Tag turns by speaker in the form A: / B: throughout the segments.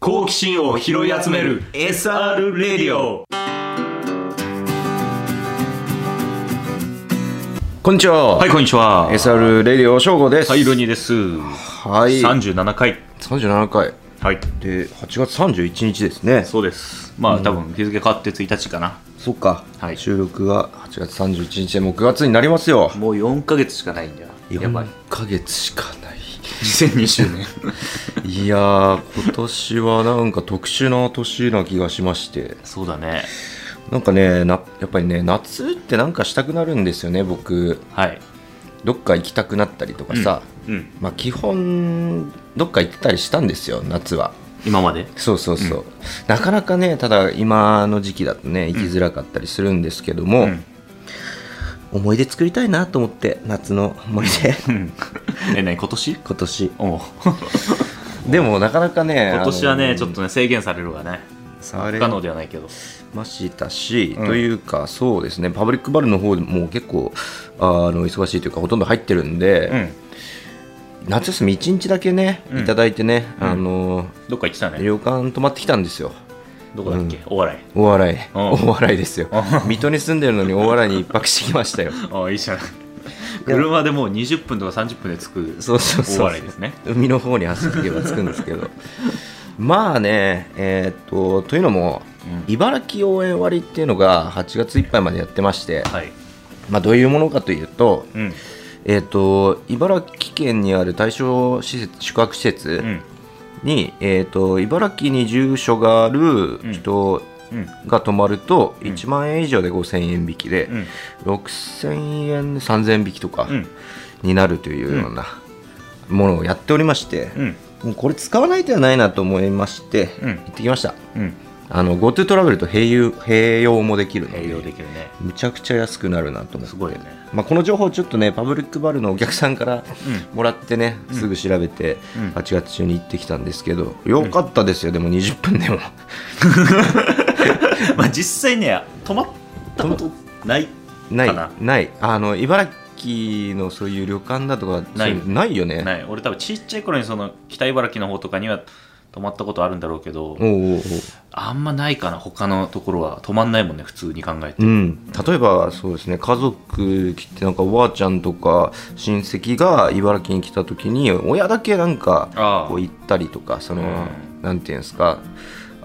A: 好奇心を拾い集める SR レディオ
B: こんにちは。
A: はいこんにちは
B: SR レディオ正吾です。
A: はいルニーです
B: はい。
A: 37回
B: 三十七回
A: はい
B: で八月三十一日ですね。
A: そうですまあ多分日付変わって1日かな
B: そっか。
A: はい
B: 収録が八月三十一日でもう九月になりますよ。
A: もう4か月しかないんだよやばい
B: 4ヶ月しかない。
A: 2020年
B: いやー今年はなんか特殊な年な気がしまして、
A: そうだね
B: なんかねなやっぱりね夏ってなんかしたくなるんですよね僕。
A: はい
B: どっか行きたくなったりとかさ。
A: うん
B: まあ基本どっか行ってたりしたんですよ夏は。
A: 今まで
B: そうそうそう、なかなかねただ今の時期だとね行きづらかったりするんですけども、
A: うん
B: 思い出作りたいなと思って夏の思い出
A: うん え何今年
B: 今年
A: おう
B: でもなかなか ね
A: 今年は
B: あ
A: ね
B: の
A: ちょっとね制限されるがね
B: 触
A: 不
B: れ
A: 可能ではないけど
B: ましたし、
A: うん
B: というかそうですねパブリックバルの方でも結構あの忙しいというかほとんど入ってるんで、
A: うん
B: 夏休み1日だけね
A: うん
B: いただいてね、
A: うん
B: あの
A: どっか行ってたね
B: 旅館泊まってきたんですよ
A: どこだっけお笑い
B: 大笑い、
A: うん
B: 大笑いですよ
A: う
B: 水戸に住んでるのに大笑いに一泊してきまし たよ
A: ああいいじゃない車でもう20分とか30分で着く
B: そうそうそう
A: 大笑いですね
B: 海の方に走っていけば着くんですけどまあねえーっとというのも
A: うん
B: 茨城応援割っていうのが8月いっぱいまでやってまして、
A: はい
B: まあ、どういうものかというと,、
A: うん
B: えーっと茨城県にある対象施設宿泊施設
A: うん
B: に、えーっと茨城に住所がある
A: ん
B: 人
A: うん
B: が泊まると
A: ん
B: 1万円以上で5000円引きで、
A: うん
B: 6000円で3000円引きとか
A: うん
B: になるというようなものをやっておりまして。
A: うん
B: もうこれ使わない手はないなと思いまして、
A: うん
B: 行ってきました
A: うん
B: あの GoTo トラベルと併用併用もできるので
A: 営業できるね
B: むちゃくちゃ安くなるなと思って
A: すごいよね
B: まあ、この情報ちょっとねパブリックバルのお客さんから
A: う
B: もらってね、すぐ調べて、
A: うん
B: 8月中に行ってきたんですけどよかったですよ、でも20分 でも
A: まあ実際ね止まったことない
B: ない
A: かな
B: ないあの茨城のそういう旅館だとか
A: ない
B: そううのないよね
A: ない俺多分ちっちゃい頃にその北茨城の方とかには泊まったことあるんだろうけど
B: おうおうおう
A: あんまないかな他のところは泊まんないもんね普通に考えて
B: うん、例えばそうですね家族来てなんかおばあちゃんとか親戚が茨城に来た時に親だけなんか
A: ああ
B: こう行ったりとかその、
A: う
B: なんていうんですか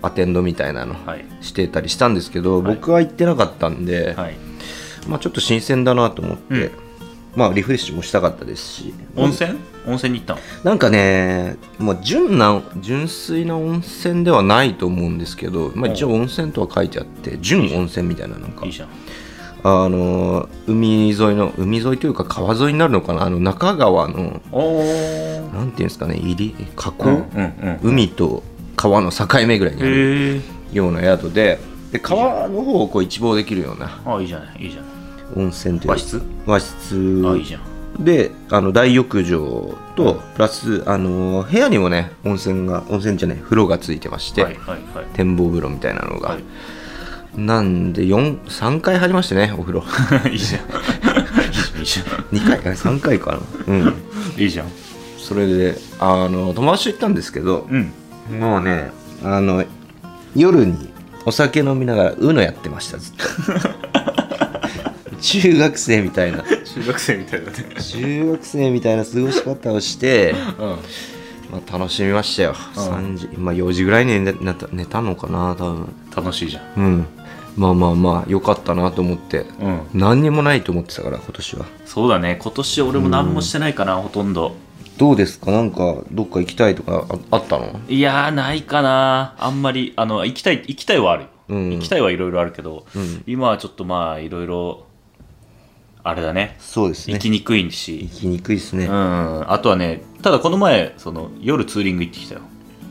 B: アテンドみたいなの
A: はい
B: してたりしたんですけど、
A: はい
B: 僕は行ってなかったんで、
A: はい
B: まあ、ちょっと新鮮だなと思って、
A: うん
B: まあ、リフレッシュもしたかったですし
A: 温泉温泉に行ったの
B: なんかね、まあ、純な純粋な温泉ではないと思うんですけど、まあ、一応温泉とは書いてあって純温泉みたいななんか
A: いいじゃん
B: あの海沿いの海沿いというか川沿いになるのかなあの中川の
A: おお
B: なんていうんですかね入り河口、
A: うんうん
B: 海と川の境目ぐらいにある
A: へえ
B: ような宿でで川の方をこう一望できるような
A: あいいじゃないいいじゃん
B: 温泉という
A: 和室
B: 和室
A: あいいじゃん
B: であの大浴場とプラスあの部屋にもね温泉が温泉じゃない風呂がついてまして、
A: はいはいはい
B: 展望風呂みたいなのが、
A: は
B: なんで4 3回入りましてねお風呂
A: いいいじゃんいいじゃん
B: 2回3回 かなうん
A: いいじゃん
B: それであの友達と行ったんですけど、
A: うん
B: もうねあの夜にお酒飲みながら UNO やってましたずっ と中学生みたいな
A: 中学生みたいだね
B: 中学生みたいな過ごし方をして、
A: うん
B: まあ、楽しみましたよ、3時まあ4時ぐらいに寝寝た寝たのかな多分
A: 楽しいじゃん
B: うんまあまあまあ良かったなと思って
A: うん
B: 何にもないと思ってたから今年は
A: そうだね今年俺も何もしてないかなほとんど
B: どうですかなんかどっか行きたいとかああったの
A: いやーないかなあんまりあの行きたい行きたいはあるよ、
B: うん
A: 行きたいはいろいろあるけど、
B: うん
A: 今はちょっとまあいろいろあれだね
B: そうです
A: 行きにくいし、
B: 行きにくいですね、
A: うんあとはねただこの前その夜ツーリング行ってきたよ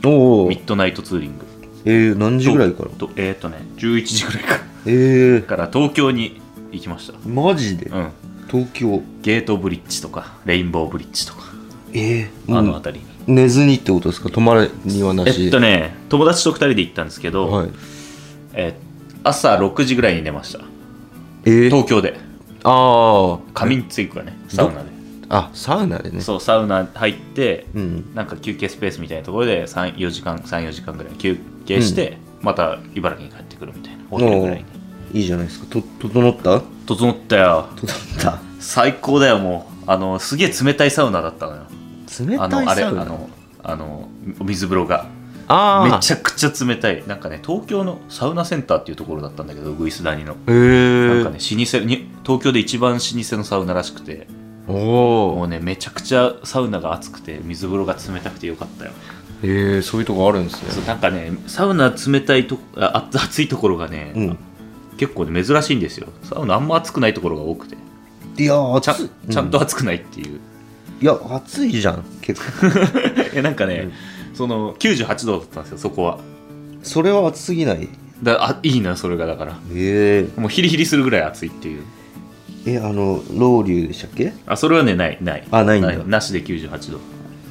B: おお
A: ミッドナイトツーリング
B: えー、何時ぐらいから
A: とえーっ、とね11時ぐらいか
B: えー、
A: から東京に行きました
B: マジで、
A: うん
B: 東京
A: ゲートブリッジとかレインボーブリッジとか
B: えー、
A: あの
B: もう
A: 辺りに、
B: 寝ずにってことですか泊まるにはなし
A: えっとね友達と2人で行ったんですけど、
B: はい
A: えー朝6時ぐらいに寝ました
B: えー、
A: 東京で
B: ああ
A: 仮眠ついくわねサウナで
B: あサウナでね
A: そうサウナ入って
B: うん
A: なんか休憩スペースみたいなところで34時間34時間ぐらい休憩して、また茨城に帰ってくるみたいなホテルぐらいに
B: いいじゃないですかと整った
A: 整ったよ
B: 整った
A: 最高だよもうあのすげえ冷たいサウナだったのよ
B: 冷
A: あ
B: たい
A: のあれ
B: サ
A: あ
B: ウナ
A: のあのお水風呂が
B: あ
A: め
B: ゃ
A: ちゃくちゃ冷たいなんかね東京のサウナセンターっていうところだったんだけどウグイス谷のなん
B: へ
A: か
B: ー
A: ね老舗に東京で一番老舗のサウナらしくて
B: お
A: も
B: お
A: うねめちゃくちゃサウナが熱くて水風呂が冷たくてよかったよ
B: へえそういうとこあるんです
A: そう
B: ね
A: なんかねサウナ冷たいとこああ熱いところがね、
B: うん
A: 結構ね珍しいんですよサウナあんま熱くないところが多くて
B: いやー
A: ちゃ
B: 暑い
A: ちゃんと熱くないっていう、
B: いや暑いじゃん結構
A: えなんかね、その98度だったんですよそこは
B: それは暑すぎない
A: だあいいなそれがだから
B: え
A: もうヒリヒリするぐらい熱いっていう
B: ええあのロウリュでしたっけ
A: あそれはねないない
B: あないんだ
A: なしで98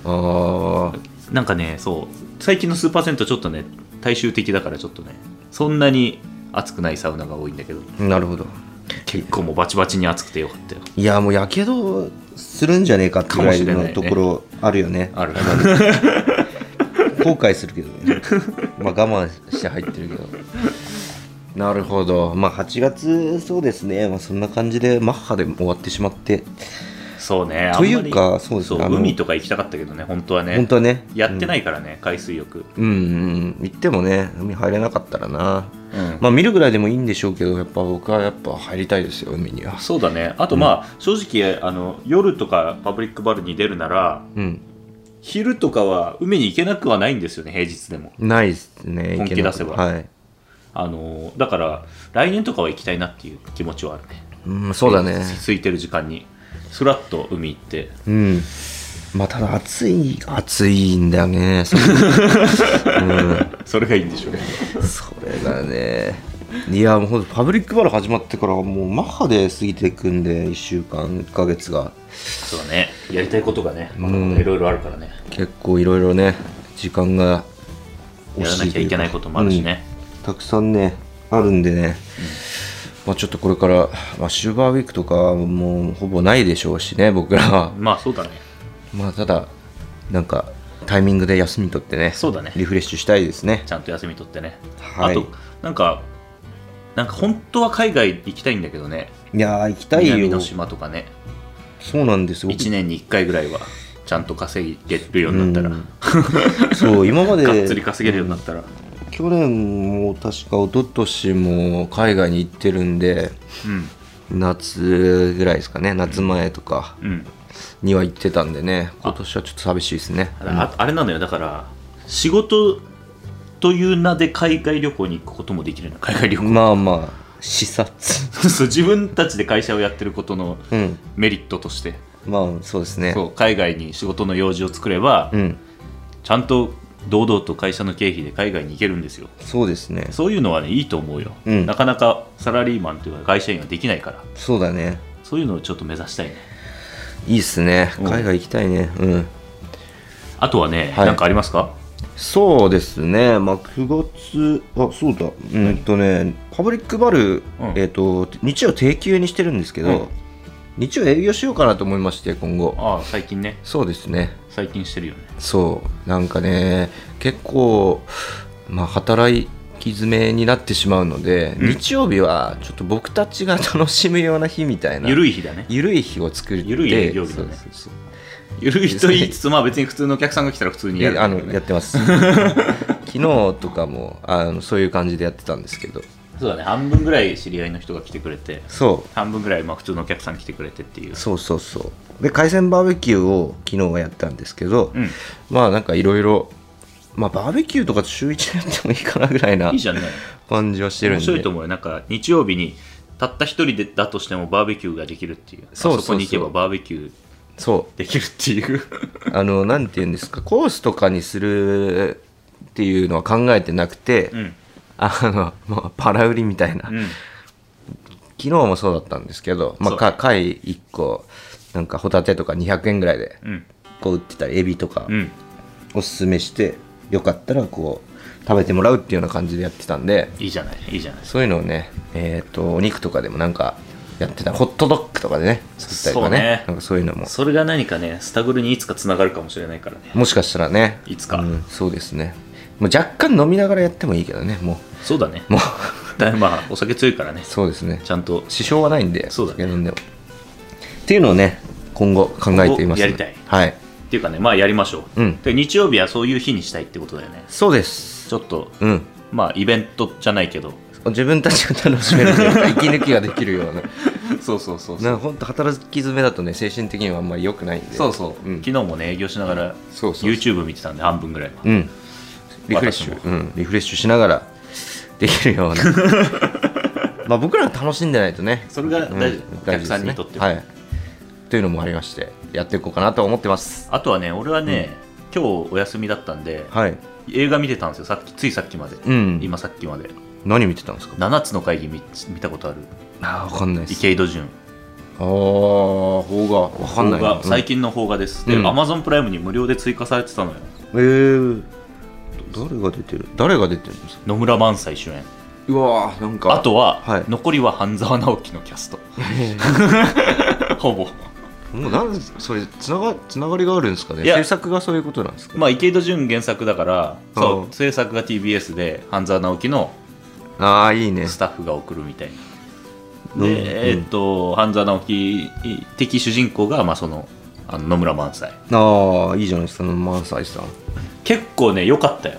A: 度
B: ああ
A: なんかねそう最近のスーパーセントちょっとね大衆的だからちょっとねそんなに熱くないサウナが多いんだけど
B: なるほど
A: 結構もうバチバチに熱くてよかったよ
B: いやもうやけどするんじゃねえかってぐらい
A: かもしれない
B: の
A: ね
B: ところあるよね
A: ある
B: 後悔するけどね まあ我慢して入ってるけどなるほどまあ8月そうですね、まあ、そんな感じでマッハで終わってしまって、
A: そうね
B: という
A: あんま
B: か
A: り
B: そうです
A: そ
B: ね
A: う
B: あの
A: 海とか行きたかったけどね本当はね
B: 本当はね、
A: やってないいからね、海水浴
B: うん、うんうん行ってもね海入れなかったらな
A: うん
B: まあ見るぐらいでもいいんでしょうけどやっぱ僕はやっぱ入りたいですよ海には
A: そうだねあとまあ、正直あの夜とかパブリックバルに出るなら
B: うん
A: 昼とかは海に行けなくはないんですよね平日でも
B: ないですね
A: 本気
B: 行けなく
A: 出せば
B: はい、
A: あのだから来年とかは行きたいなっていう気持ちはあるね
B: うん、そうだね
A: す空いてる時間にスラッと海行って
B: うんまあただ暑い暑いんだよねそれ
A: それがいいんでしょうね
B: それが ねいやもうほんとパブリックバル始まってからもうマッハで過ぎていくんで1週間1ヶ月が
A: そうだねやりたいことがねまだまだいろいろあるからね、
B: 結構いろいろね時間が
A: やらなきゃいけないこともあるしね、
B: うんたくさんねあるんでね、まあ、ちょっとこれから、まあ、シルバーウィークとかはもうほぼないでしょうしね僕らは
A: まあそうだね
B: まあただなんかタイミングで休み取ってね
A: そうだね
B: リフレッシュしたいですね
A: ちゃんと休み取ってね、
B: はい
A: あとなんかなんか本当は海外行きたいんだけどね
B: いやー行きたい
A: 南の
B: よ
A: 島とかね
B: そうなんですよ
A: 1年に1回ぐらいはちゃんと稼げるようになったら、
B: うんそう今ま で
A: がっつり稼げるようになったら、
B: 去年も確か一昨年も海外に行ってるんで
A: うん
B: 夏ぐらいですかね夏前とか
A: うん
B: には行ってたんでね今年はちょっと寂しいですね
A: あああれなのよだから仕事という名で海外旅行に行くこともできるの海外旅行、
B: まあまあ視察
A: そう自分たちで会社をやってることの
B: うん
A: メリットとして
B: まあそうですね
A: そう海外に仕事の用事を作れば、
B: うん
A: ちゃんと堂々と会社の経費で海外に行けるんですよ
B: そうですね
A: そういうのはねいいと思うよ、
B: うん
A: なかなかサラリーマンというか会社員はできないから
B: そうだね
A: そういうのをちょっと目指したいね
B: いいっすね
A: うん
B: 海外行きたいねうん
A: あとはね、
B: はい
A: なんかありますか
B: そうですね、まあ、9月、あそうだ、うんとね、パブリックバ
A: う
B: ル、
A: ん
B: えっと日曜定休にしてるんですけど、
A: うん
B: 日曜営業しようかなと思いまして、今後、
A: ああ最近ね
B: そうですね、
A: 最近してるよね
B: そう、なんかね、結構、まあ、働き詰めになってしまうので、
A: うん
B: 日曜日はちょっと僕たちが楽しむような日みたいな、
A: ゆるい日だね
B: ゆるい日を作って、
A: ゆるい営業日だ
B: そう
A: ね
B: そうそう
A: ゆるいと言い つつまあ別に普通のお客さんが来たら普通にやるん
B: え
A: だ
B: あ
A: けど
B: の
A: ね、
B: やって ます。昨日とかもあのそういう感じでやってたんですけど
A: そうだね半分ぐらい知り合いの人が来てくれて
B: そ
A: 半分ぐらいまあ普通のお客さん来てくれてっていう
B: うそうそうそうで海鮮バーベキューを昨日はやったんですけど、
A: うん
B: まあなんかいろいろまあバーベキューとか週1でやってもいいかなぐらいない
A: いじゃんね
B: 感じはしてるん
A: 面
B: で
A: 白いと思うよなんか日曜日にたった一人でだとしてもバーベキューができるっていう
B: そうそうそう
A: あそこに行けばバーベキュー
B: そ
A: できるって いう
B: うあのなんて言うんですかコースとかにするっていうのは考えてなくて、
A: うん
B: あのまあパラ売りみたいな、
A: うん
B: 昨日もそうだったんですけど、ま
A: そ
B: あ、
A: う
B: か貝1個なんかホタテとか200円ぐらいで
A: うん
B: こう売ってたりエビとか
A: うん
B: おすすめしてよかったらこう食べてもらうっていうような感じでやってたんで
A: いいじゃないいいじゃない
B: そういうのをねえっ、とお肉とかでもなんかやってたホットドッグとかでね作ったりと
A: そう
B: かね
A: ね
B: なんかそういうのも
A: それが何かねスタグルにいつかつながるかもしれないからね
B: もしかしたらね
A: いつか
B: うんそうですねもう若干飲みながらやってもいいけどねも
A: そうだね
B: うもう
A: だまあお酒強いからね
B: そうですね
A: ちゃんと
B: 支障はないんで
A: そうだね
B: お酒飲んでもっていうのをね今後考えてい
A: 今後
B: ます
A: やりたい
B: はい
A: っていうかねまあやりましょう、
B: うん
A: で日曜日はそういう日にしたいってことだよね
B: そうです
A: ちょっと
B: うん
A: まあイベントじゃないけ ど
B: 自分たちが楽しめると いうか息抜きができるような
A: そうそうそう
B: なんか本当働き詰めだとね精神的にはあんまり良くないんで
A: そうそう、
B: うん
A: 昨日もね営業しながら
B: そうそう
A: YouTube 見てたんで半分ぐらいは
B: うんリフレッシ
A: 私
B: ュ、うん、リフレッシュしながらできるような まあ僕ら楽しんでないとね
A: それが大事
B: うん
A: お客さんにとっては
B: はいというのもありましてやっていこうかなと思ってます
A: あとはね俺はね、今日お休みだったんで、
B: はい
A: 映画見てたんですよさっきついさっきまで、
B: うん
A: 今さっきまで
B: 何見てたんですか
A: 7つの会議見見たことある
B: ああ分かんないです
A: 池井戸潤
B: ああ邦画分かんな
A: 邦
B: いな
A: 画最近の邦画です、
B: うん
A: で Amazon プライムに無料で追加されてたのよ
B: うんえーど誰が出てる誰が出てるんですか
A: 野村萬斎主演
B: うわーなんか
A: あとは、
B: はい
A: 残りは半沢直樹のキャ ストほぼ
B: もうなんそれつながつながりがあるんですかね
A: いや
B: 制作がそういうことなんですか
A: まあ池井戸潤原作だから
B: う
A: そ
B: ん
A: う制作が TBS で半沢直樹の
B: ああいいね
A: スタッフが送るみたいな
B: うんうん
A: で、えーっと半沢直樹的主人公が、まあ、そのあの野村萬斎
B: ああいいじゃないですか満載さん
A: 結構ね良かったよ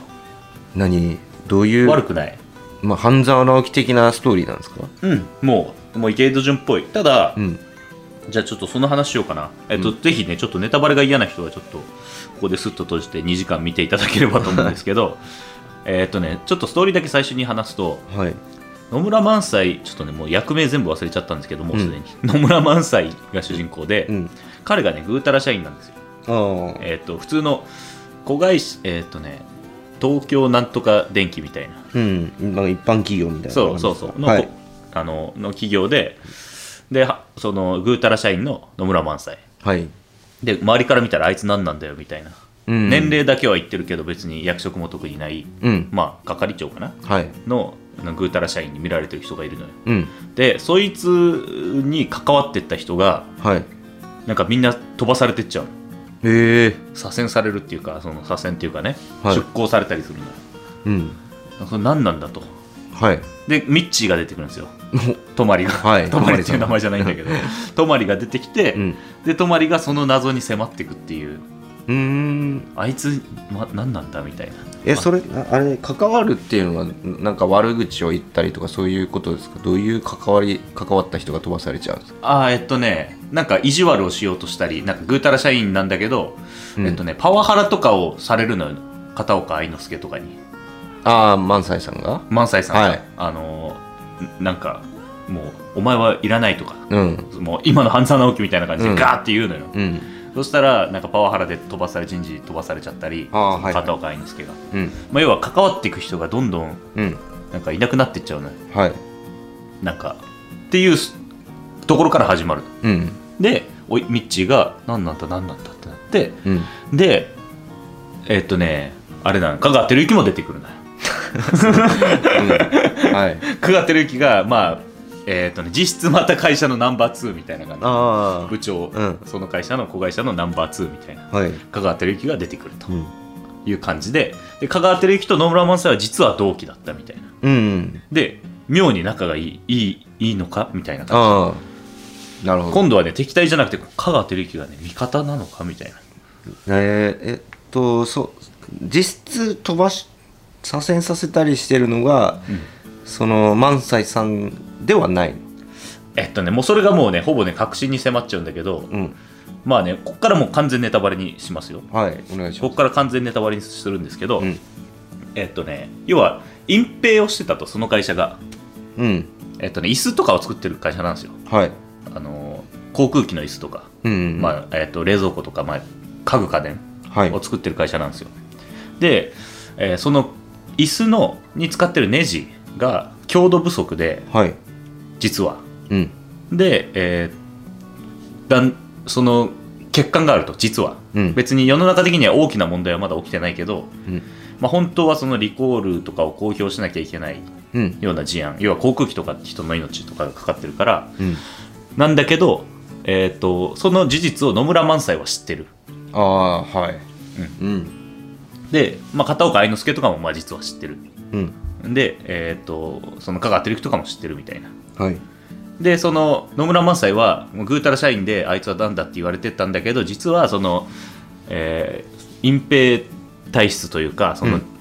B: 何どういう
A: 悪くない
B: まあ、半沢直樹的なストーリーなんですか
A: うんもうもう池井戸潤っぽいただ、
B: うん
A: じゃあちょっとその話しようかな、えっと
B: う
A: ぜひねちょっとネタバレが嫌な人はちょっとここですっと閉じて2時間見ていただければと思うんですけど えっとねちょっとストーリーだけ最初に話すと
B: はい
A: 野村萬斎ちょっとねもう役名全部忘れちゃったんですけどもうすでに、野村萬斎が主人公で、
B: うん
A: 彼がねぐうたら社員なんですよ
B: ああ
A: えっと普通の子会社えっとね東京なんとか電気みたいな
B: うんなんか一般企業みたいな
A: そうそうそうの,、
B: はい
A: あのの企業でではそのぐうたら社員の野村萬斎
B: はい、
A: で周りから見たらあいつ何なんだよみたいな、
B: うん
A: 年齢だけは言ってるけど別に役職も特にない、
B: うん
A: まあ係長かな
B: はい
A: のあのぐうたら社員に見られてる人がいるのよ
B: うん
A: でそいつに関わってった人が
B: はい
A: なんかみんな飛ばされてっちゃうの
B: へえ
A: 左遷されるっていうかその左遷っていうかね、
B: はい
A: 出向されたりするのよ
B: うん
A: それ何なんだと
B: はい
A: でミッチーが出てくるんですよ泊まりが、
B: はい
A: 泊まりっていう名前じゃないんだけど泊まりが出てきて、
B: うん
A: で泊まりがその謎に迫っていくっていう
B: うーん
A: あいつ、ま、何なんだみたいな
B: えそれああれ関わるっていうのはなんか悪口を言ったりとかそういうことですかどういう関わり関わった人が飛ばされちゃうんですか
A: あーえっとねなんか意地悪をしようとしたりなんかぐうたら社員なんだけど、
B: うん
A: えっとねパワハラとかをされるのよ片岡愛之助とかに
B: ああ萬斎さんが
A: 萬斎さんが、
B: はい
A: あのーんなんかもうお前はいらないとか
B: うん
A: もう今の半沢直樹みたいな感じ
B: う
A: で
B: ん
A: ガーって言うのよ、
B: うん
A: そしたらなんかパワハラで飛ばされ人事飛ばされちゃったり
B: あーはいはい
A: 片岡愛之助が、
B: うん
A: まあ、要は関わっていく人がどんどん
B: うん
A: なんかいなくなってっちゃうのよ
B: はい
A: なんかっていうすところから始まる
B: うん
A: でおいミッチーが何なんだ何なんだってなって
B: うん
A: でえっとねあれなの香川照之も出てくるの よ
B: はい
A: 香川照之がまあえっとね実質また会社のナンバー2みたいな感じ
B: あ
A: 部長、
B: うん
A: その会社の子会社のナンバー2みたいな
B: あはい
A: 香川照之が出てくると
B: うん
A: いう感じでで香川照之と野村萬斎は実は同期だったみたいな
B: うん
A: で妙に仲がいいいいいいのかみたいな感じ
B: ああなるほど
A: 今度はね敵対じゃなくて香川照之がね味方なのかみたいな
B: えーえっとそう実質飛ばし左遷させたりしてるのが、その萬斎さんではない
A: えっとねもうそれがもうねほぼね確信に迫っちゃうんだけど、
B: うん
A: まあねこっからもう完全ネタバレにしますよ
B: はいお願いし
A: こ
B: ま
A: っ
B: す
A: から完全ネタバレにするんですけど、
B: うん
A: えっとね要は隠蔽をしてたとその会社が
B: うん
A: えっとね椅子とかを作ってる会社なんですよ
B: はい
A: あの航空機の椅子とか、
B: うん
A: まあえっと冷蔵庫とか、まあ、家具家電
B: はい
A: を作ってる会社なんですよ、で、えーその椅子のに使ってるネジが強度不足で
B: はい
A: 実は
B: うん
A: で、えーだんその欠陥があると実は、
B: うん
A: 別に世の中的には大きな問題はまだ起きてないけど、
B: うん
A: まあ、本当はそのリコールとかを公表しなきゃいけない
B: うん
A: ような事案要は航空機とか人の命とかがかかってるから
B: うん
A: なんだけど、えー、とその事実を野村萬斎は知ってる
B: ああはいうん
A: で、まあ、片岡愛之助とかもまあ実は知ってる
B: うん
A: で、えー、とその香川照之とかも知ってるみたいな
B: はい
A: でその野村萬斎はもうぐうたら社員であいつはなんだって言われてたんだけど実はその、えー隠蔽体質というかその、
B: うん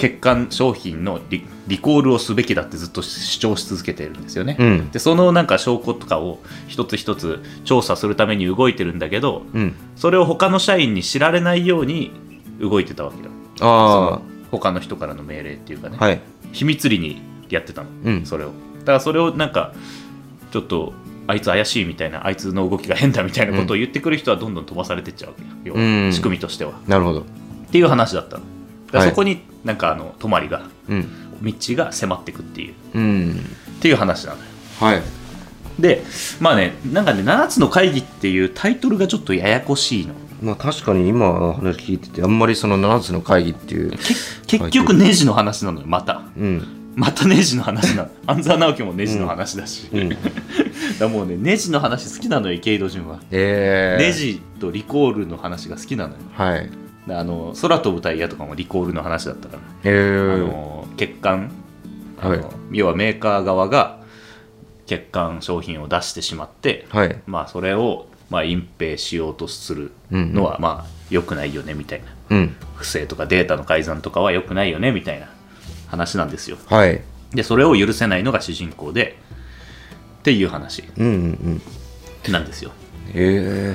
A: 欠陥商品のリリコールをすべきだってずっと主張し続けてるんですよね、
B: うん
A: でそのなんか証拠とかを一つ一つ調査するために動いてるんだけど
B: うん
A: それを他の社員に知られないように動いてたわけだ
B: あ
A: 他の人からの命令っていうかね、
B: あはい
A: 秘密裏にやってたの、
B: うん
A: それをだからそれをなんかちょっとあいつ怪しいみたいなあいつの動きが変だみたいなことを言ってくる人はどんどん飛ばされてっちゃうわけよ要は、
B: うん
A: 仕組みとしてはっ
B: なるほど
A: ていう話だったのだから
B: はい
A: そこになんかあの泊まりが
B: うん
A: 道が迫ってくっていう
B: うん
A: っていう話なのよ
B: はい
A: でまあねなんかね「7つの会議」っていうタイトルがちょっとややこしいの
B: まあ確かに今の話聞いててあんまりその7つの会議っていう
A: け結局ネジの話なのよまた
B: うん
A: またネジの話 なの安沢直樹もネジの話だし、
B: うん
A: だからもうねネジの話好きなのよ池井戸潤は
B: えー
A: レジとリコールの話が好きなのよ。
B: はい
A: であの空飛ぶタイヤとかもリコールの話だったから、
B: え
A: あ
B: ー
A: の欠陥、あ
B: はい
A: の要はメーカー側が欠陥商品を出してしまって、
B: はい
A: まあ、それをまあ隠蔽しようとするのはまあ良くないよねみたいな
B: うん
A: 不正とかデータの改ざんとかは良くないよねみたいな話なんですよ
B: はい
A: でそれを許せないのが主人公でっていう話
B: うんうんうん
A: なんですよ
B: えー、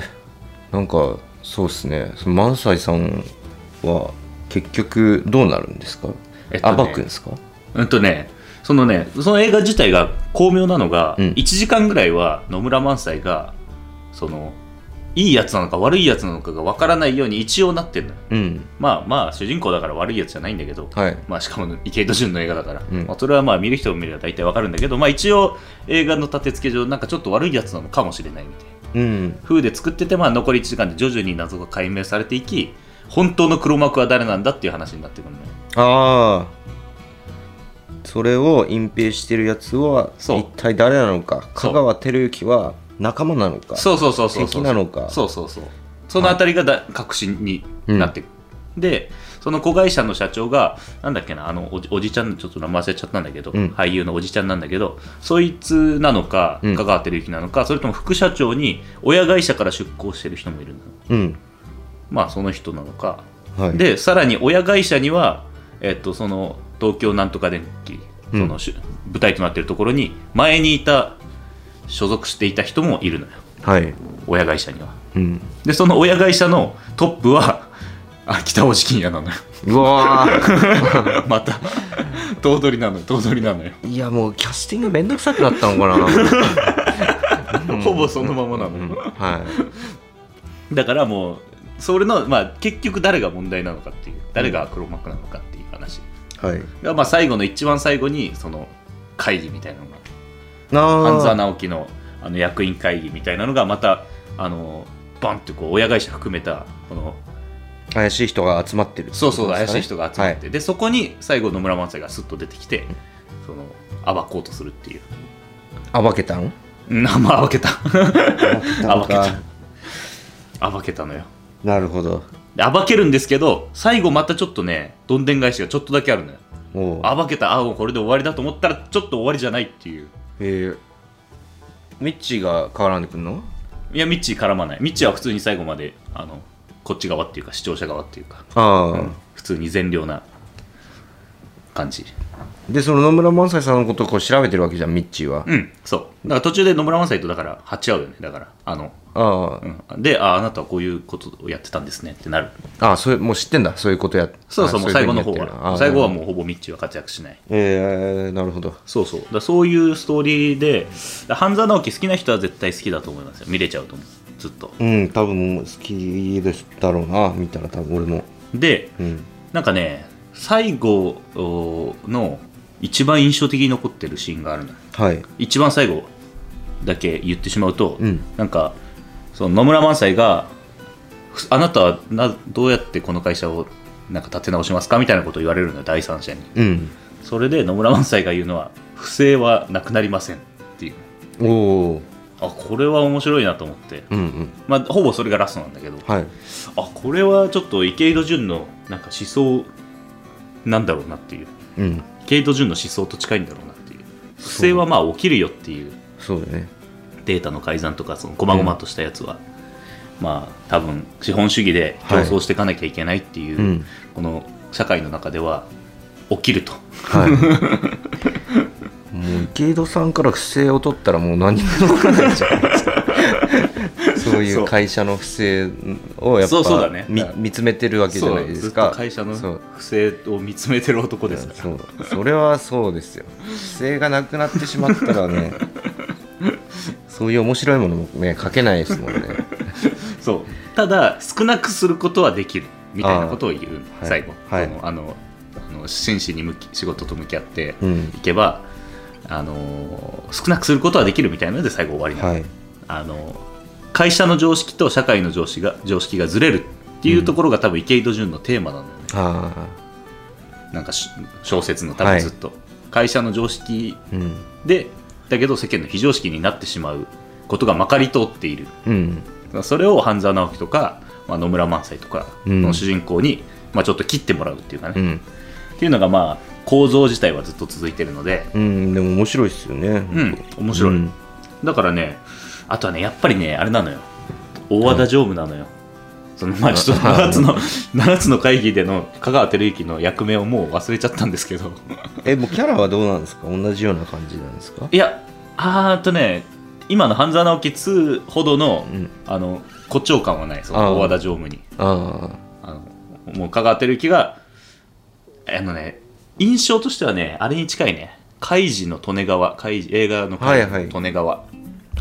B: なんかそうですねその萬斎さんは結局どうなるんですか、
A: えっとね
B: 暴くんですか
A: うんとね、そのね、その映画自体が巧妙なのが、
B: うん
A: 1時間ぐらいは野村萬斎が、その、いいやつなのか悪いやつなのかがわからないように一応なってるのよ。
B: うん
A: まあまあ、主人公だから悪いやつじゃないんだけど、
B: はい
A: まあしかも池井戸潤の映画だから、
B: うん
A: まあ、それはまあ見る人を見れば大体わかるんだけど、まあ一応映画の立て付け上、なんかちょっと悪いやつなのかもしれないみたいな。
B: うん
A: 風で作ってて、まあ残り1時間で徐々に謎が解明されていき、本当の黒幕は誰なんだっていう話になってくるのよ。
B: ああそれを隠蔽してるやつは
A: そう
B: 一体誰なのか
A: そう
B: 香川照之は仲間なのか
A: そうそうそうそうそう
B: 敵なのか
A: そうそうそうそのあたりがだ確信になってく、でその子会社の社長がなんだっけなあのおじおじちゃんちょっと名前忘れちゃったんだけど、
B: うん
A: 俳優のおじちゃんなんだけどそいつなのか
B: うん
A: 香川照之なのか、それとも副社長に親会社から出向してる人もいるの
B: うん
A: まあその人なのか、
B: はい
A: でさらに親会社にはえっとその東京なんとか電気その、
B: うん
A: し舞台となってるところに前にいた所属していた人もいるのよ
B: はい
A: 親会社には
B: うん
A: でその親会社のトップはあ北尾金也なのよ
B: うわー
A: また頭取なのよ頭取なのよ、
B: いやもうキャスティングめんどくさくなったのか な
A: ほぼそのままなの、
B: うんは
A: だからもうそれの、まあ、結局誰が問題なのかっていう誰が黒幕なのかっていう話
B: いはい
A: が、まあ、最後の一番最後にその会議みたいなのが
B: な
A: 半沢
B: あ
A: 直樹のあの役員会議みたいなのがまたあのバンってこう親会社含めたこの
B: 怪しい人が集まってる
A: そうそう怪しい人が集まって、
B: はい
A: でそこに最後野村萬斎がスッと出てきてその暴こうとするっていう
B: 暴けたん
A: 名前暴けた
B: の
A: 暴け
B: か
A: た暴けたのよ
B: なるほど
A: で暴けるんですけど最後またちょっとねどんでん返しがちょっとだけあるのよ
B: おう
A: 暴けたあもうこれで終わりだと思ったらちょっと終わりじゃないっていう
B: えー、ミッチーが絡んでくんの
A: いやミッチー絡まないミッチーは普通に最後まであのこっち側っていうか視聴者側っていうか、
B: ああ、
A: 普通に善良な感じ
B: でその野村萬斎さんのことをこう調べてるわけじゃんミッチーは、
A: うんそうだから途中で野村萬斎とだから鉢合うよねだからあの
B: ああ
A: うん、でああなたはこういうことをやってたんですねってなる
B: ああそれもう知ってんだそういうことや
A: そうそう
B: あ
A: もう最後の方
B: い風にやってるあ
A: は
B: あ
A: 最後はもうほぼミッチーは活躍しない
B: えー、なるほど
A: そうそうだからそういうストーリーでだ半沢直樹好きな人は絶対好きだと思いますよ見れちゃうと思うずっと
B: うん多分好きですだろうな見たら多分俺も
A: で
B: うん
A: なんかね最後おの一番印象的に残ってるシーンがあるのよ
B: はい
A: 一番最後だけ言ってしまうと、
B: うん
A: なんかその野村萬斎が「あなたはなどうやってこの会社をなんか立て直しますか?」みたいなことを言われるのよ第三者に
B: うん
A: それで野村萬斎が言うのは「不正はなくなりません」っていう
B: おお
A: あこれは面白いなと思って、
B: うんうん
A: まあ、ほぼそれがラストなんだけど
B: はい
A: あこれはちょっと池井戸潤のなんか思想なんだろうなっていう
B: うん
A: 池井戸潤の思想と近いんだろうなっていう不正はまあ起きるよっていう
B: そうだね
A: データの改ざんとかその細々としたやつは、まあ多分資本主義で競争していかなきゃいけないっていう、
B: うん
A: この社会の中では起きると
B: はいもう池井戸さんから不正を取ったらもう何にもわからないじゃないですかそういう会社の不正をやっぱ
A: そうそうだね
B: み
A: だから
B: 見つめてるわけじゃないで
A: ずっ
B: す
A: と
B: か
A: 会社の
B: そう
A: 不正を見つめてる男ですから
B: そうそれはそうですよ不正がなくなってしまったらね そういう面白いものもね書けないですもんね
A: そうただ少なくすることはできるみたいなことを言う
B: あー
A: 最後、
B: はい
A: このあのあの真摯に向き仕事と向き合って
B: うん
A: いけば、あのー少なくすることはできるみたいなので最後終わりなの、
B: はい
A: あのー会社の常識と社会の常識が常識がずれるっていうところが多分池井戸潤のテーマなのよね、
B: あ
A: なんかし小説の多分ずっと、会社の常識
B: あうん
A: でだけど世間の非常識になってしまうことがまかり通っている
B: うん
A: それを半沢直樹とか、まあ、野村萬斎とか
B: うん
A: の主人公に、まあ、ちょっと切ってもらうっていうかね、
B: う
A: っ
B: ん、
A: ていうのがまあ構造自体はずっと続いてるので
B: うん、でも面白いですよね
A: うん面白い、
B: うん
A: だからねあとはねやっぱりねあれなのよ大和田常務なのよ、そのまあちょっと
B: はい
A: 7つの7つの会議での香川照之の役目をもう忘れちゃったんですけど
B: えもうキャラはどうなんですか同じような感じなんですか
A: いやあーっとね今の半沢直樹2ほどの,、
B: うん
A: あの誇張感はないその大和田常務に
B: ああ
A: あのもう香川照之があのね印象としてはねあれに近いね「カイジの利根川」カイジ映画のカイジ
B: はいはい
A: 利根川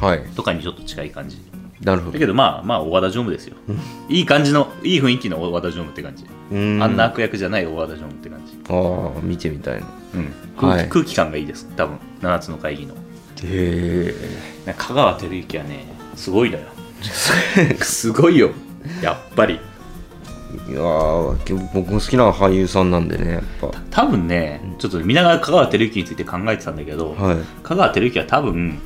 B: はい
A: とかにちょっと近い感じ
B: なるほ
A: だ
B: ど
A: けどまあまあ大和田常務ですよいい感じのいい雰囲気の大和田常務って感じ
B: うん
A: あんな悪役じゃない大和田常務って感じ、
B: ああ見てみたいな
A: うん空気
B: はい
A: 空気感がいいです多分7つの会議の
B: へ
A: 香川照之はねすごい のよすごいよやっぱり
B: えいやー僕も好きな俳優さんなんでねやっぱ
A: 多分ねちょっと見ながら香川照之について考えてたんだけど、
B: はい
A: 香川照之は多分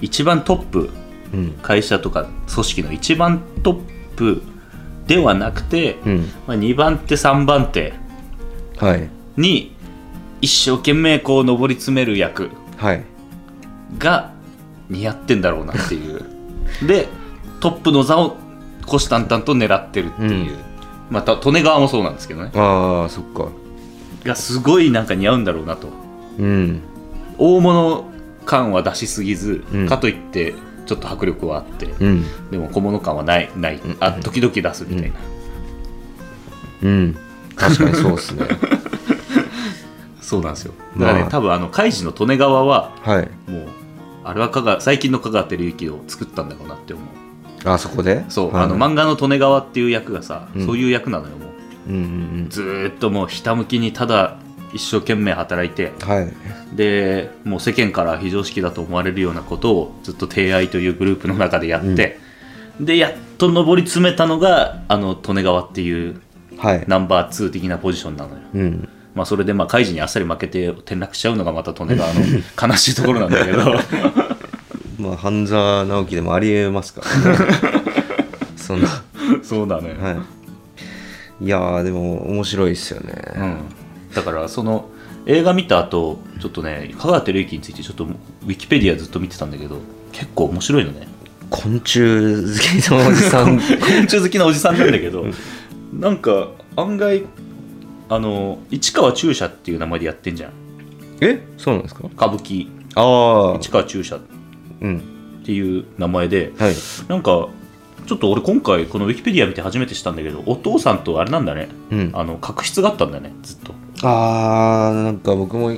A: 一番トップ
B: うん
A: 会社とか組織の一番トップではなくて、
B: うん
A: まあ、2番手3番手
B: はい
A: に一生懸命こう上り詰める役
B: はい
A: が似合ってんだろうなっていう でトップの座を虎視眈々と狙ってるっていう、
B: うん
A: また利根川もそうなんですけどね
B: ああそっか
A: がすごいなんか似合うんだろうなと
B: うん
A: 大物感は出しすぎず、
B: うん
A: かといってちょっと迫力はあって、
B: うん
A: でも小物感はないないあ時々出すみたいな、
B: うん確かにそうで すね
A: そうなんですよだ
B: ま
A: か
B: あ
A: らね、多分あのカイジの利根川は
B: はい
A: もうあれは香川最近の香川照之を作ったんだろうなって思う
B: あそこで
A: そう、
B: はい
A: あの漫画の利根川っていう役がさ、
B: うん
A: そういう役なのよもう
B: うんうん
A: ずーっともうひたむきにただ一生懸命働いて
B: うんはい
A: でもう世間から非常識だと思われるようなことをずっと提愛というグループの中でやって、でやっと上り詰めたのがあの利根川っていう
B: はい
A: ナンバー2的なポジションなのよ
B: うん
A: まあ、それでまあカイジにあっさり負けて転落しちゃうのがまた利根川の悲しいところなんだけど
B: まあ半沢直樹でもありえますか らねそんな
A: そうなのよ、
B: はいいやーでも面白いですよね
A: うん、だからその映画見た後ちょっとね香川照之についてちょっとウィキペディアずっと見てたんだけど結構面白いのね
B: 昆虫好きのおじさ
A: 昆
B: ん
A: 虫好きなおじさんなんだけどなんか案外あの市川中車っていう名前でやってんじゃん
B: えそうなんですか
A: 歌舞伎
B: ああ
A: 市川中車っ
B: うん
A: ていう名前で
B: はい
A: なんかちょっと俺今回このウィキペディア見て初めて知ったんだけどお父さんとあれなんだね
B: うん
A: あの確執があったんだよねずっと
B: あーなんか僕も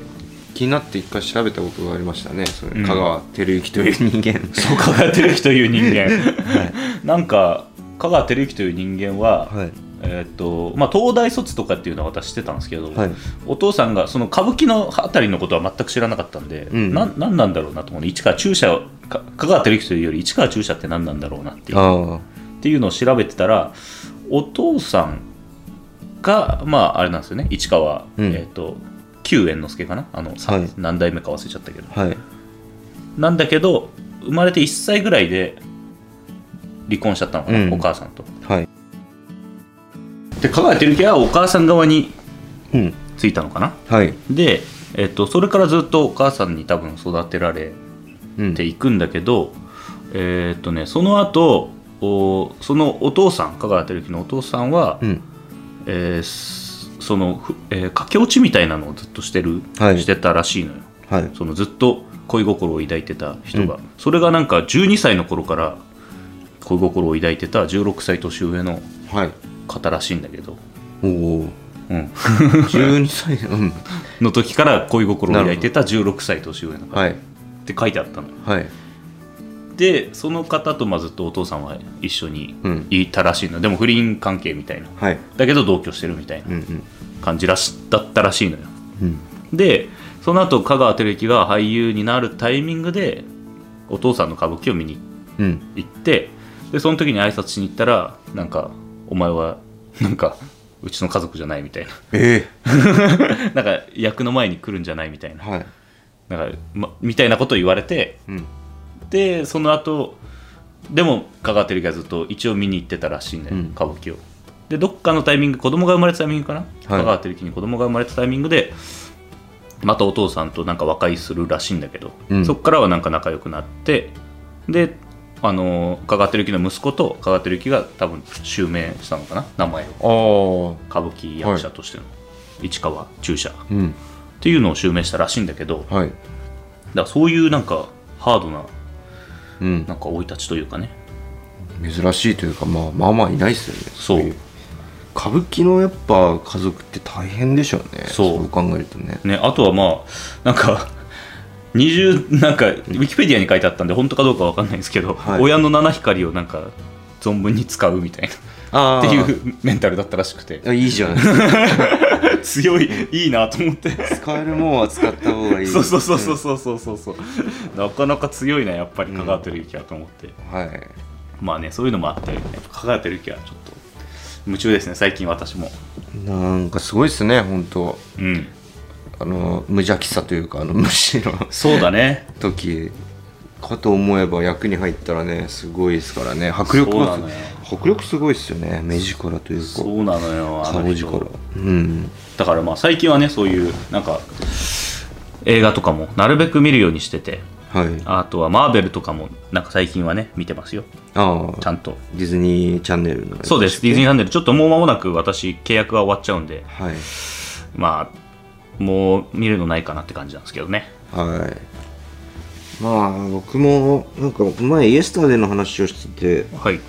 B: 気になって一回調べたことがありましたねそれ
A: うん
B: 香川照之という人 間
A: そう香川照之という人間 なんか香川照之という人間は、
B: はい
A: えーっとまあ、東大卒とかっていうのは私知ってたんですけど、
B: はい
A: お父さんがその歌舞伎のあたりのことは全く知らなかったんで、
B: うん
A: な何なんだろうなと思うね市川中車か香川照之というより市川中車って何なんだろうなっていう
B: あ
A: っていうのを調べてたらお父さんがまああれなんですよね市川、
B: うん
A: えーっと旧猿之助かなあの、さ
B: はい
A: 何代目か忘れちゃったけど
B: あはい
A: なんだけど生まれて1歳ぐらいで離婚しちゃったのかな、
B: うん
A: お母さんと
B: はい
A: で香川照之はお母さん側に
B: うん
A: ついたのかな
B: はい
A: で、えっと、それからずっとお母さんに多分育てられ
B: うん
A: ていくんだけど、えーっとねその後おそのお父さん香川照之のお父さんは、
B: うん
A: えーすそのふ、えー駆け落ちみたいなのをずっとしてる、
B: はい
A: してたらしいのよ
B: はい
A: そのずっと恋心を抱いてた人が、それがなんか12歳の頃から恋心を抱いてた16歳年上の
B: はい
A: 方らしいんだけど、
B: お お
A: うん、
B: 12歳うん
A: の時から恋心を抱いてた16歳年上の方っ
B: はい
A: て書いてあったの
B: はい
A: でその方とまあずっとお父さんは一緒に
B: うん
A: いたらしいのでも不倫関係みたいな
B: はい
A: だけど同居してるみたいな
B: うんうん
A: 感じらしだったらしいのよ
B: うん
A: でその後香川照之が俳優になるタイミングでお父さんの歌舞伎を見に
B: うん
A: 行ってでその時に挨拶しに行ったらなんか「お前はなんかうちの家族じゃない」みたいな
B: え
A: なんか役の前に来るんじゃないみたい
B: え
A: な
B: はい
A: なんか、ま、みたいなことを言われて
B: うん
A: でその後でも香川照之がずっと一応見に行ってたらしいんだよ、
B: うん
A: 歌舞伎をでどっかのタイミング子供が生まれたタイミングかな、香川照之に子供が生まれたタイミングでまたお父さんとなんか和解するらしいんだけど、
B: うん
A: そっからはなんか仲良くなってであのー香川照之の息子と香川照之が多分襲名したのかな名前を
B: ああ
A: 歌舞伎役者としての、市川中車っ
B: うん
A: ていうのを襲名したらしいんだけどだか
B: はい
A: らそういうなんかハードな
B: うん
A: なんか生い立ちというかね
B: 珍しいというかまあまあまあいないですよね
A: そう
B: い歌舞伎のやっぱ家族って大変でしょうね
A: そう
B: 考えるとね
A: ね、あとはまあなんか20なんかウィキペディアに書いてあったんで本当かどうかわかんないんですけど、
B: はい
A: 親の七光をなんか存分に使うみたい
B: あ
A: なっていう メンタルだったらしくて
B: ういいじゃないですか
A: 強いいいなと思って
B: 使えるもんは使った方がい い
A: そうそうそうそうそうそうそうそうなかなか強いなやっぱり香川照之はと思って、
B: はい
A: まあねそういうのもあってやっぱ香川照之はちょっと夢中ですね最近私も
B: なんかすごいですね本当
A: うん
B: あの無邪気さというかあの無視の
A: そうだね
B: 時かと思えば役に入ったらねすごいですからね迫力が
A: そうなのよ
B: 迫力すごいですよね目力というか
A: そうなのよあの
B: 顔
A: 人
B: 力うん
A: だからまあ最近はねそういうなんか映画とかもなるべく見るようにしてて
B: はいあ
A: あとはマーベルとかもなんか最近はね見てますよ
B: あ
A: ちゃんと
B: ディズニーチャンネルの
A: そうですディズニーチャンネルちょっともう間もなく私契約が終わっちゃうんで
B: はい
A: まあもう見るのないかなって感じなんですけどね
B: はいまあ僕もなんか前イエスタデーの話をしてて
A: はい
B: イ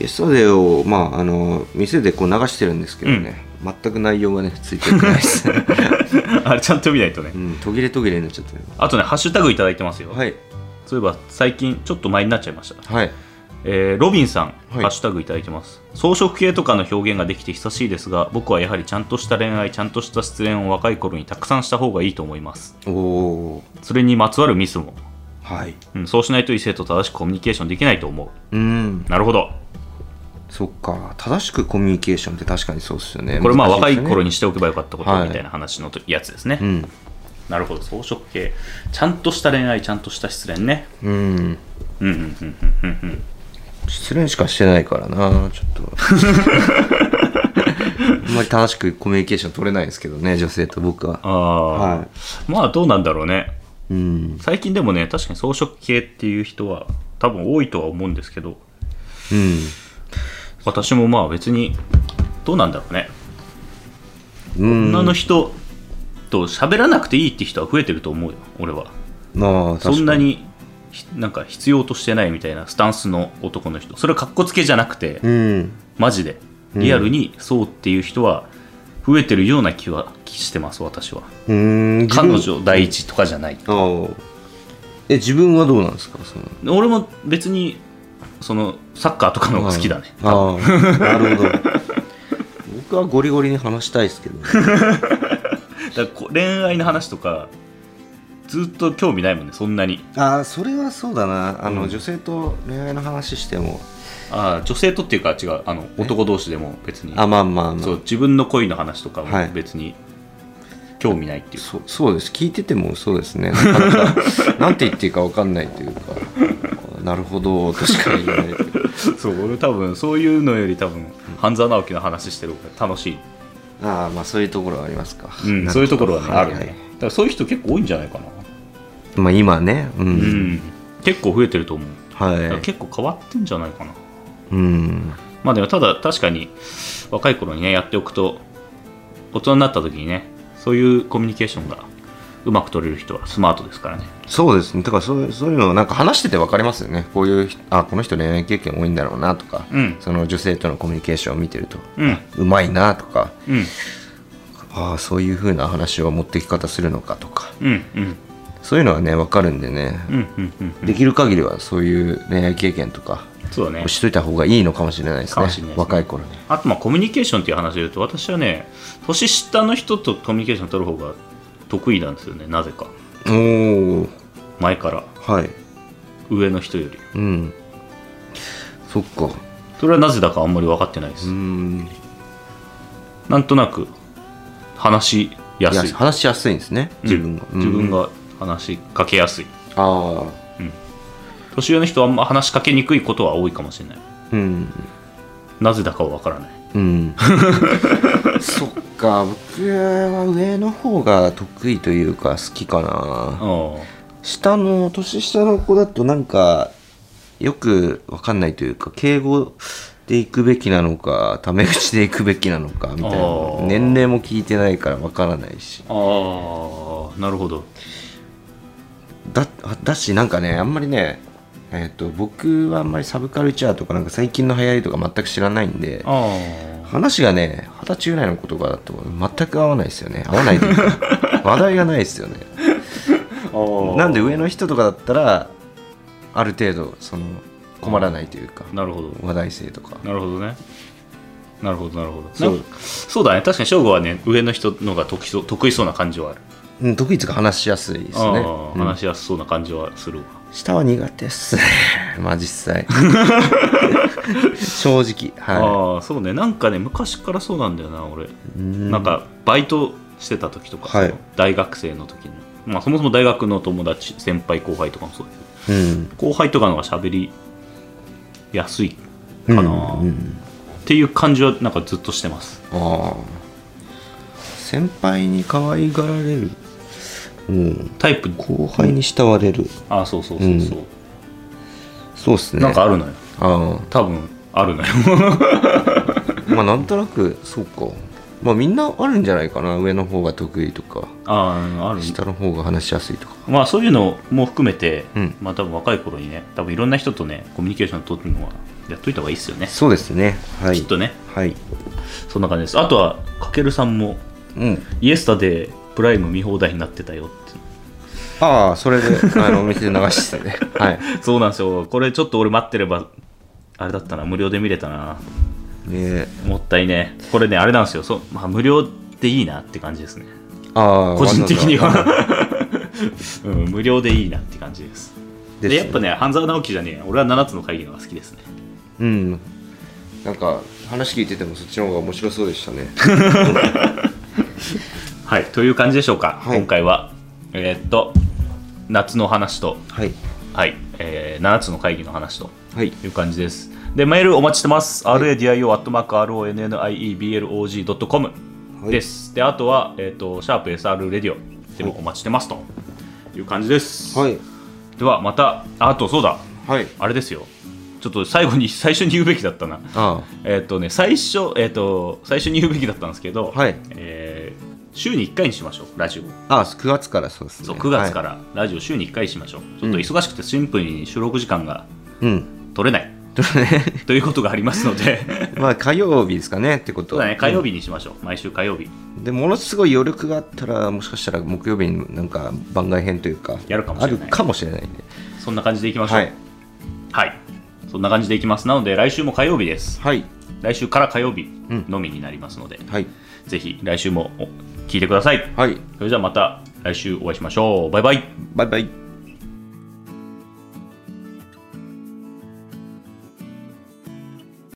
B: エスタデーをまああの店でこう流してるんですけどね、全く内容がねついてこない です、
A: あれちゃんと見ないとね
B: うん、途切れ途切れになっちゃったよ
A: あとねハッシュタグいただいてますよ、
B: はい
A: そういえば最近ちょっと前になっちゃいました
B: はい
A: えーロビンさん、
B: はい
A: ハッシュタグいただいてます装飾系とかの表現ができて久しいですが僕はやはりちゃんとした恋愛ちゃんとした失恋を若い頃にたくさんした方がいいと思います
B: おお
A: それにまつわるミスも、
B: はい
A: うん、そうしないと異性と正しくコミュニケーションできないと思
B: うん
A: うなるほど
B: そっか正しくコミュニケーションって確かにそうですよね
A: これまあ若い
B: に
A: 頃にしておけばよかったこと
B: はい
A: みたいな話のとやつですね、
B: うん
A: なるほど装飾系ちゃんとした恋愛ちゃんとした失恋ね
B: うん
A: うんうんうんうんうんうん
B: 失恋しかしてないからなちょっとあんまり正しくコミュニケーション取れないですけどね女性と僕は
A: ああ、
B: は
A: まあどうなんだろうね
B: うん
A: 最近でもね確かに装飾系っていう人は多分多いとは思うんですけど
B: うん
A: 私もまあ別にどうなんだろうね、
B: うん
A: 女の人と喋らなくていいって人は増えてると思うよ俺は
B: まあ
A: そん
B: 確か
A: なにひなんか必要としてないみたいなスタンスの男の人それはかっこつけじゃなくて、
B: うん
A: マジでリアルにそうっていう人は増えてるような気はしてます私は
B: うん自分
A: 彼女第一とかじゃない
B: ああえ自分はどうなんですかその
A: 俺も別にそのサッカーとかの方が好きだね
B: ああなるほど僕はゴリゴリに話したいですけど、ね、
A: だからこ恋愛の話とかずっと興味ないもんねそんなに
B: ああそれはそうだなあの、
A: うん
B: 女性と恋愛の話しても
A: ああ女性とっていうか違うあの男同士でも別に
B: あまあまあまあ
A: そう自分の恋の話とか
B: は
A: も
B: い
A: 別に興味ないっていう
B: そうそうです聞いててもそうですねなかなか なんて言っていいか分かんないというか なるほどとしか言えないというか
A: そう俺多分そういうのより多分半沢直樹の話してる方が楽しい、
B: ああまあそういうところはありますか、
A: うん、そういうところはね
B: あ
A: あ
B: る
A: る
B: ね
A: ねだからそういう人結構多いんじゃないかな
B: まあ今ねうん、
A: うん結構増えてると思うだから
B: は
A: 結構変わってんじゃないかない
B: うん
A: まあでもただ確かに若い頃にねやっておくと大人になった時にねそういうコミュニケーションがうまく取れる人はスマートですからね
B: そうですねだからそうそういうのなんか話してて分かりますよねこういう人あこの人恋愛経験多いんだろうなとか、
A: うん
B: その女性とのコミュニケーションを見てると
A: うん
B: うまいなとか
A: うん
B: ああそういうふうな話を持ってき方するのかとか
A: うんうん
B: そういうのはね分かるんでね、
A: うんうんうん
B: できる限りはそういう恋愛経験とか
A: そうだね
B: しといた方がいいのかもしれないです
A: か
B: ね
A: もしれないですね
B: 若い頃に
A: あとまあコミュニケーションっていう話で言うと私はね年下の人とコミュニケーション取る方が得意なんですよねなぜか
B: おお
A: 前から
B: はい
A: 上の人より
B: うんそっか
A: それはなぜだかあんまり分かってないです、
B: うん
A: なんとなく話しやすい
B: いや話しやすいんですね自分が、
A: うん自分
B: うん
A: が話しかけやすい
B: ああ
A: 年上の人はあんま話しかけにくいことは多いかもしれない
B: うん
A: なぜだかは分からない
B: うん そっか僕は上の方が得意というか好きかな
A: あ
B: 下の年下の子だとなんかよくわかんないというか敬語で行くべきなのかタメ口で行くべきなのかみたい
A: あー
B: な年齢も聞いてないからわからないし
A: あーなるほど
B: だだしなんかねあんまりねえっと僕はあんまりサブカルチャーとかなんか最近の流行りとか全く知らないんで
A: あ
B: 話がね二十歳ぐらいの子とかだと全く合わないですよね合わないという か話題がないですよね
A: あ
B: なんで上の人とかだったらある程度その困らないというか
A: なるほど
B: 話題性とか
A: なるほどねなるほどなるほど
B: そう
A: なんかそうだね確かに省吾はね上の人の方が得意そう得意そうな感じはある
B: うん得意というか話しやすいですね、
A: あー
B: うん
A: 話しやすそうな感じはするわ
B: 下は苦手っす ねまあ 実際正直は
A: ああそうねなんかね昔からそうなんだよな俺
B: いうん
A: なんかバイトしてた時とか、
B: はい
A: 大学生の時に、まあ、そもそも大学の友達先輩後輩とかもそうです
B: うん
A: 後輩とかの方が喋りやすいかな、
B: うんう
A: っ
B: ん
A: ていう感じはなんかずっとしてます
B: ああ先輩に可愛がられるうん
A: タイプ
B: 後輩に慕われる、
A: あそうそうそうそう、
B: そうっすね
A: なんかあるのよ
B: あ
A: 多分あるのよ
B: あまあなんとなくそうかまあみんなあるんじゃないかな上の方が得意とか
A: ああある
B: 下の方が話しやすいとか
A: まあそういうのも含めて、
B: うん
A: まあ多分若い頃にね多分いろんな人とねコミュニケーション取るのはやっといた方がいいですよね、
B: そうですねは
A: きっとね
B: はい
A: そんな感じですあとはかけるさんも
B: うん
A: イエスタでプライム見放題になってたよって
B: ああ それであのお店で流してたねはい
A: そうなんですよこれちょっと俺待ってればあれだったな無料で見れたな
B: ね
A: もったいねこれねあれなんですよそう、まあ、無料でいいなって感じですね
B: ああ
A: 個人的に
B: わざわざ
A: は、 うん、無料でいいなって感じですで
B: です
A: やっぱね半沢直樹じゃねえ俺は7つの会議の方が好きですね
B: うんなんか話聞いててもそっちの方が面白そうでしたね
A: はいという感じでしょうか、
B: はい
A: 今回はえーっと夏の話と
B: はい
A: はい、えー、7つの会議の話と
B: はい
A: という感じです。で、メールお待ちしてます。radio.ronnieblog.com
B: はい
A: です。で、あとは、えっ、と、シャープ SR レディオでもお待ちしてますという感じです。
B: はい
A: では、また、ああと、そうだ、
B: はい
A: あれですよ。ちょっと最後に、最初に言うべきだったな。
B: あ
A: えっ、とね、最初、えっ、と、最初に言うべきだったんですけど、
B: はい
A: えー週に1回にしましょう、ラジオ。
B: あああ9月からそうですね、
A: そう、9月かららラジオ週に1回しましょう。ちょっと忙しくてシンプルに収録時間が
B: はい、うん
A: 取れ ない
B: と ね
A: ということがありますので。
B: まあ火曜日ですかねってこと
A: そうだね、火曜日にしましょう、毎週火曜日。
B: でものすごい余力があったらもしかしたら木曜日になんか番外編というか
A: やるかもしれない
B: あるかもしれないんで
A: そんな感じでいきましょう。
B: は
A: はいい。そんな感じでいきます。なので、来週も火曜日です。
B: はい
A: 来週から火曜日
B: うん
A: のみになりますので、
B: はい
A: ぜひ来週もお聞いてください。
B: はい
A: それじゃあまた来週お会いしましょう。バイバイ。
B: バイバイ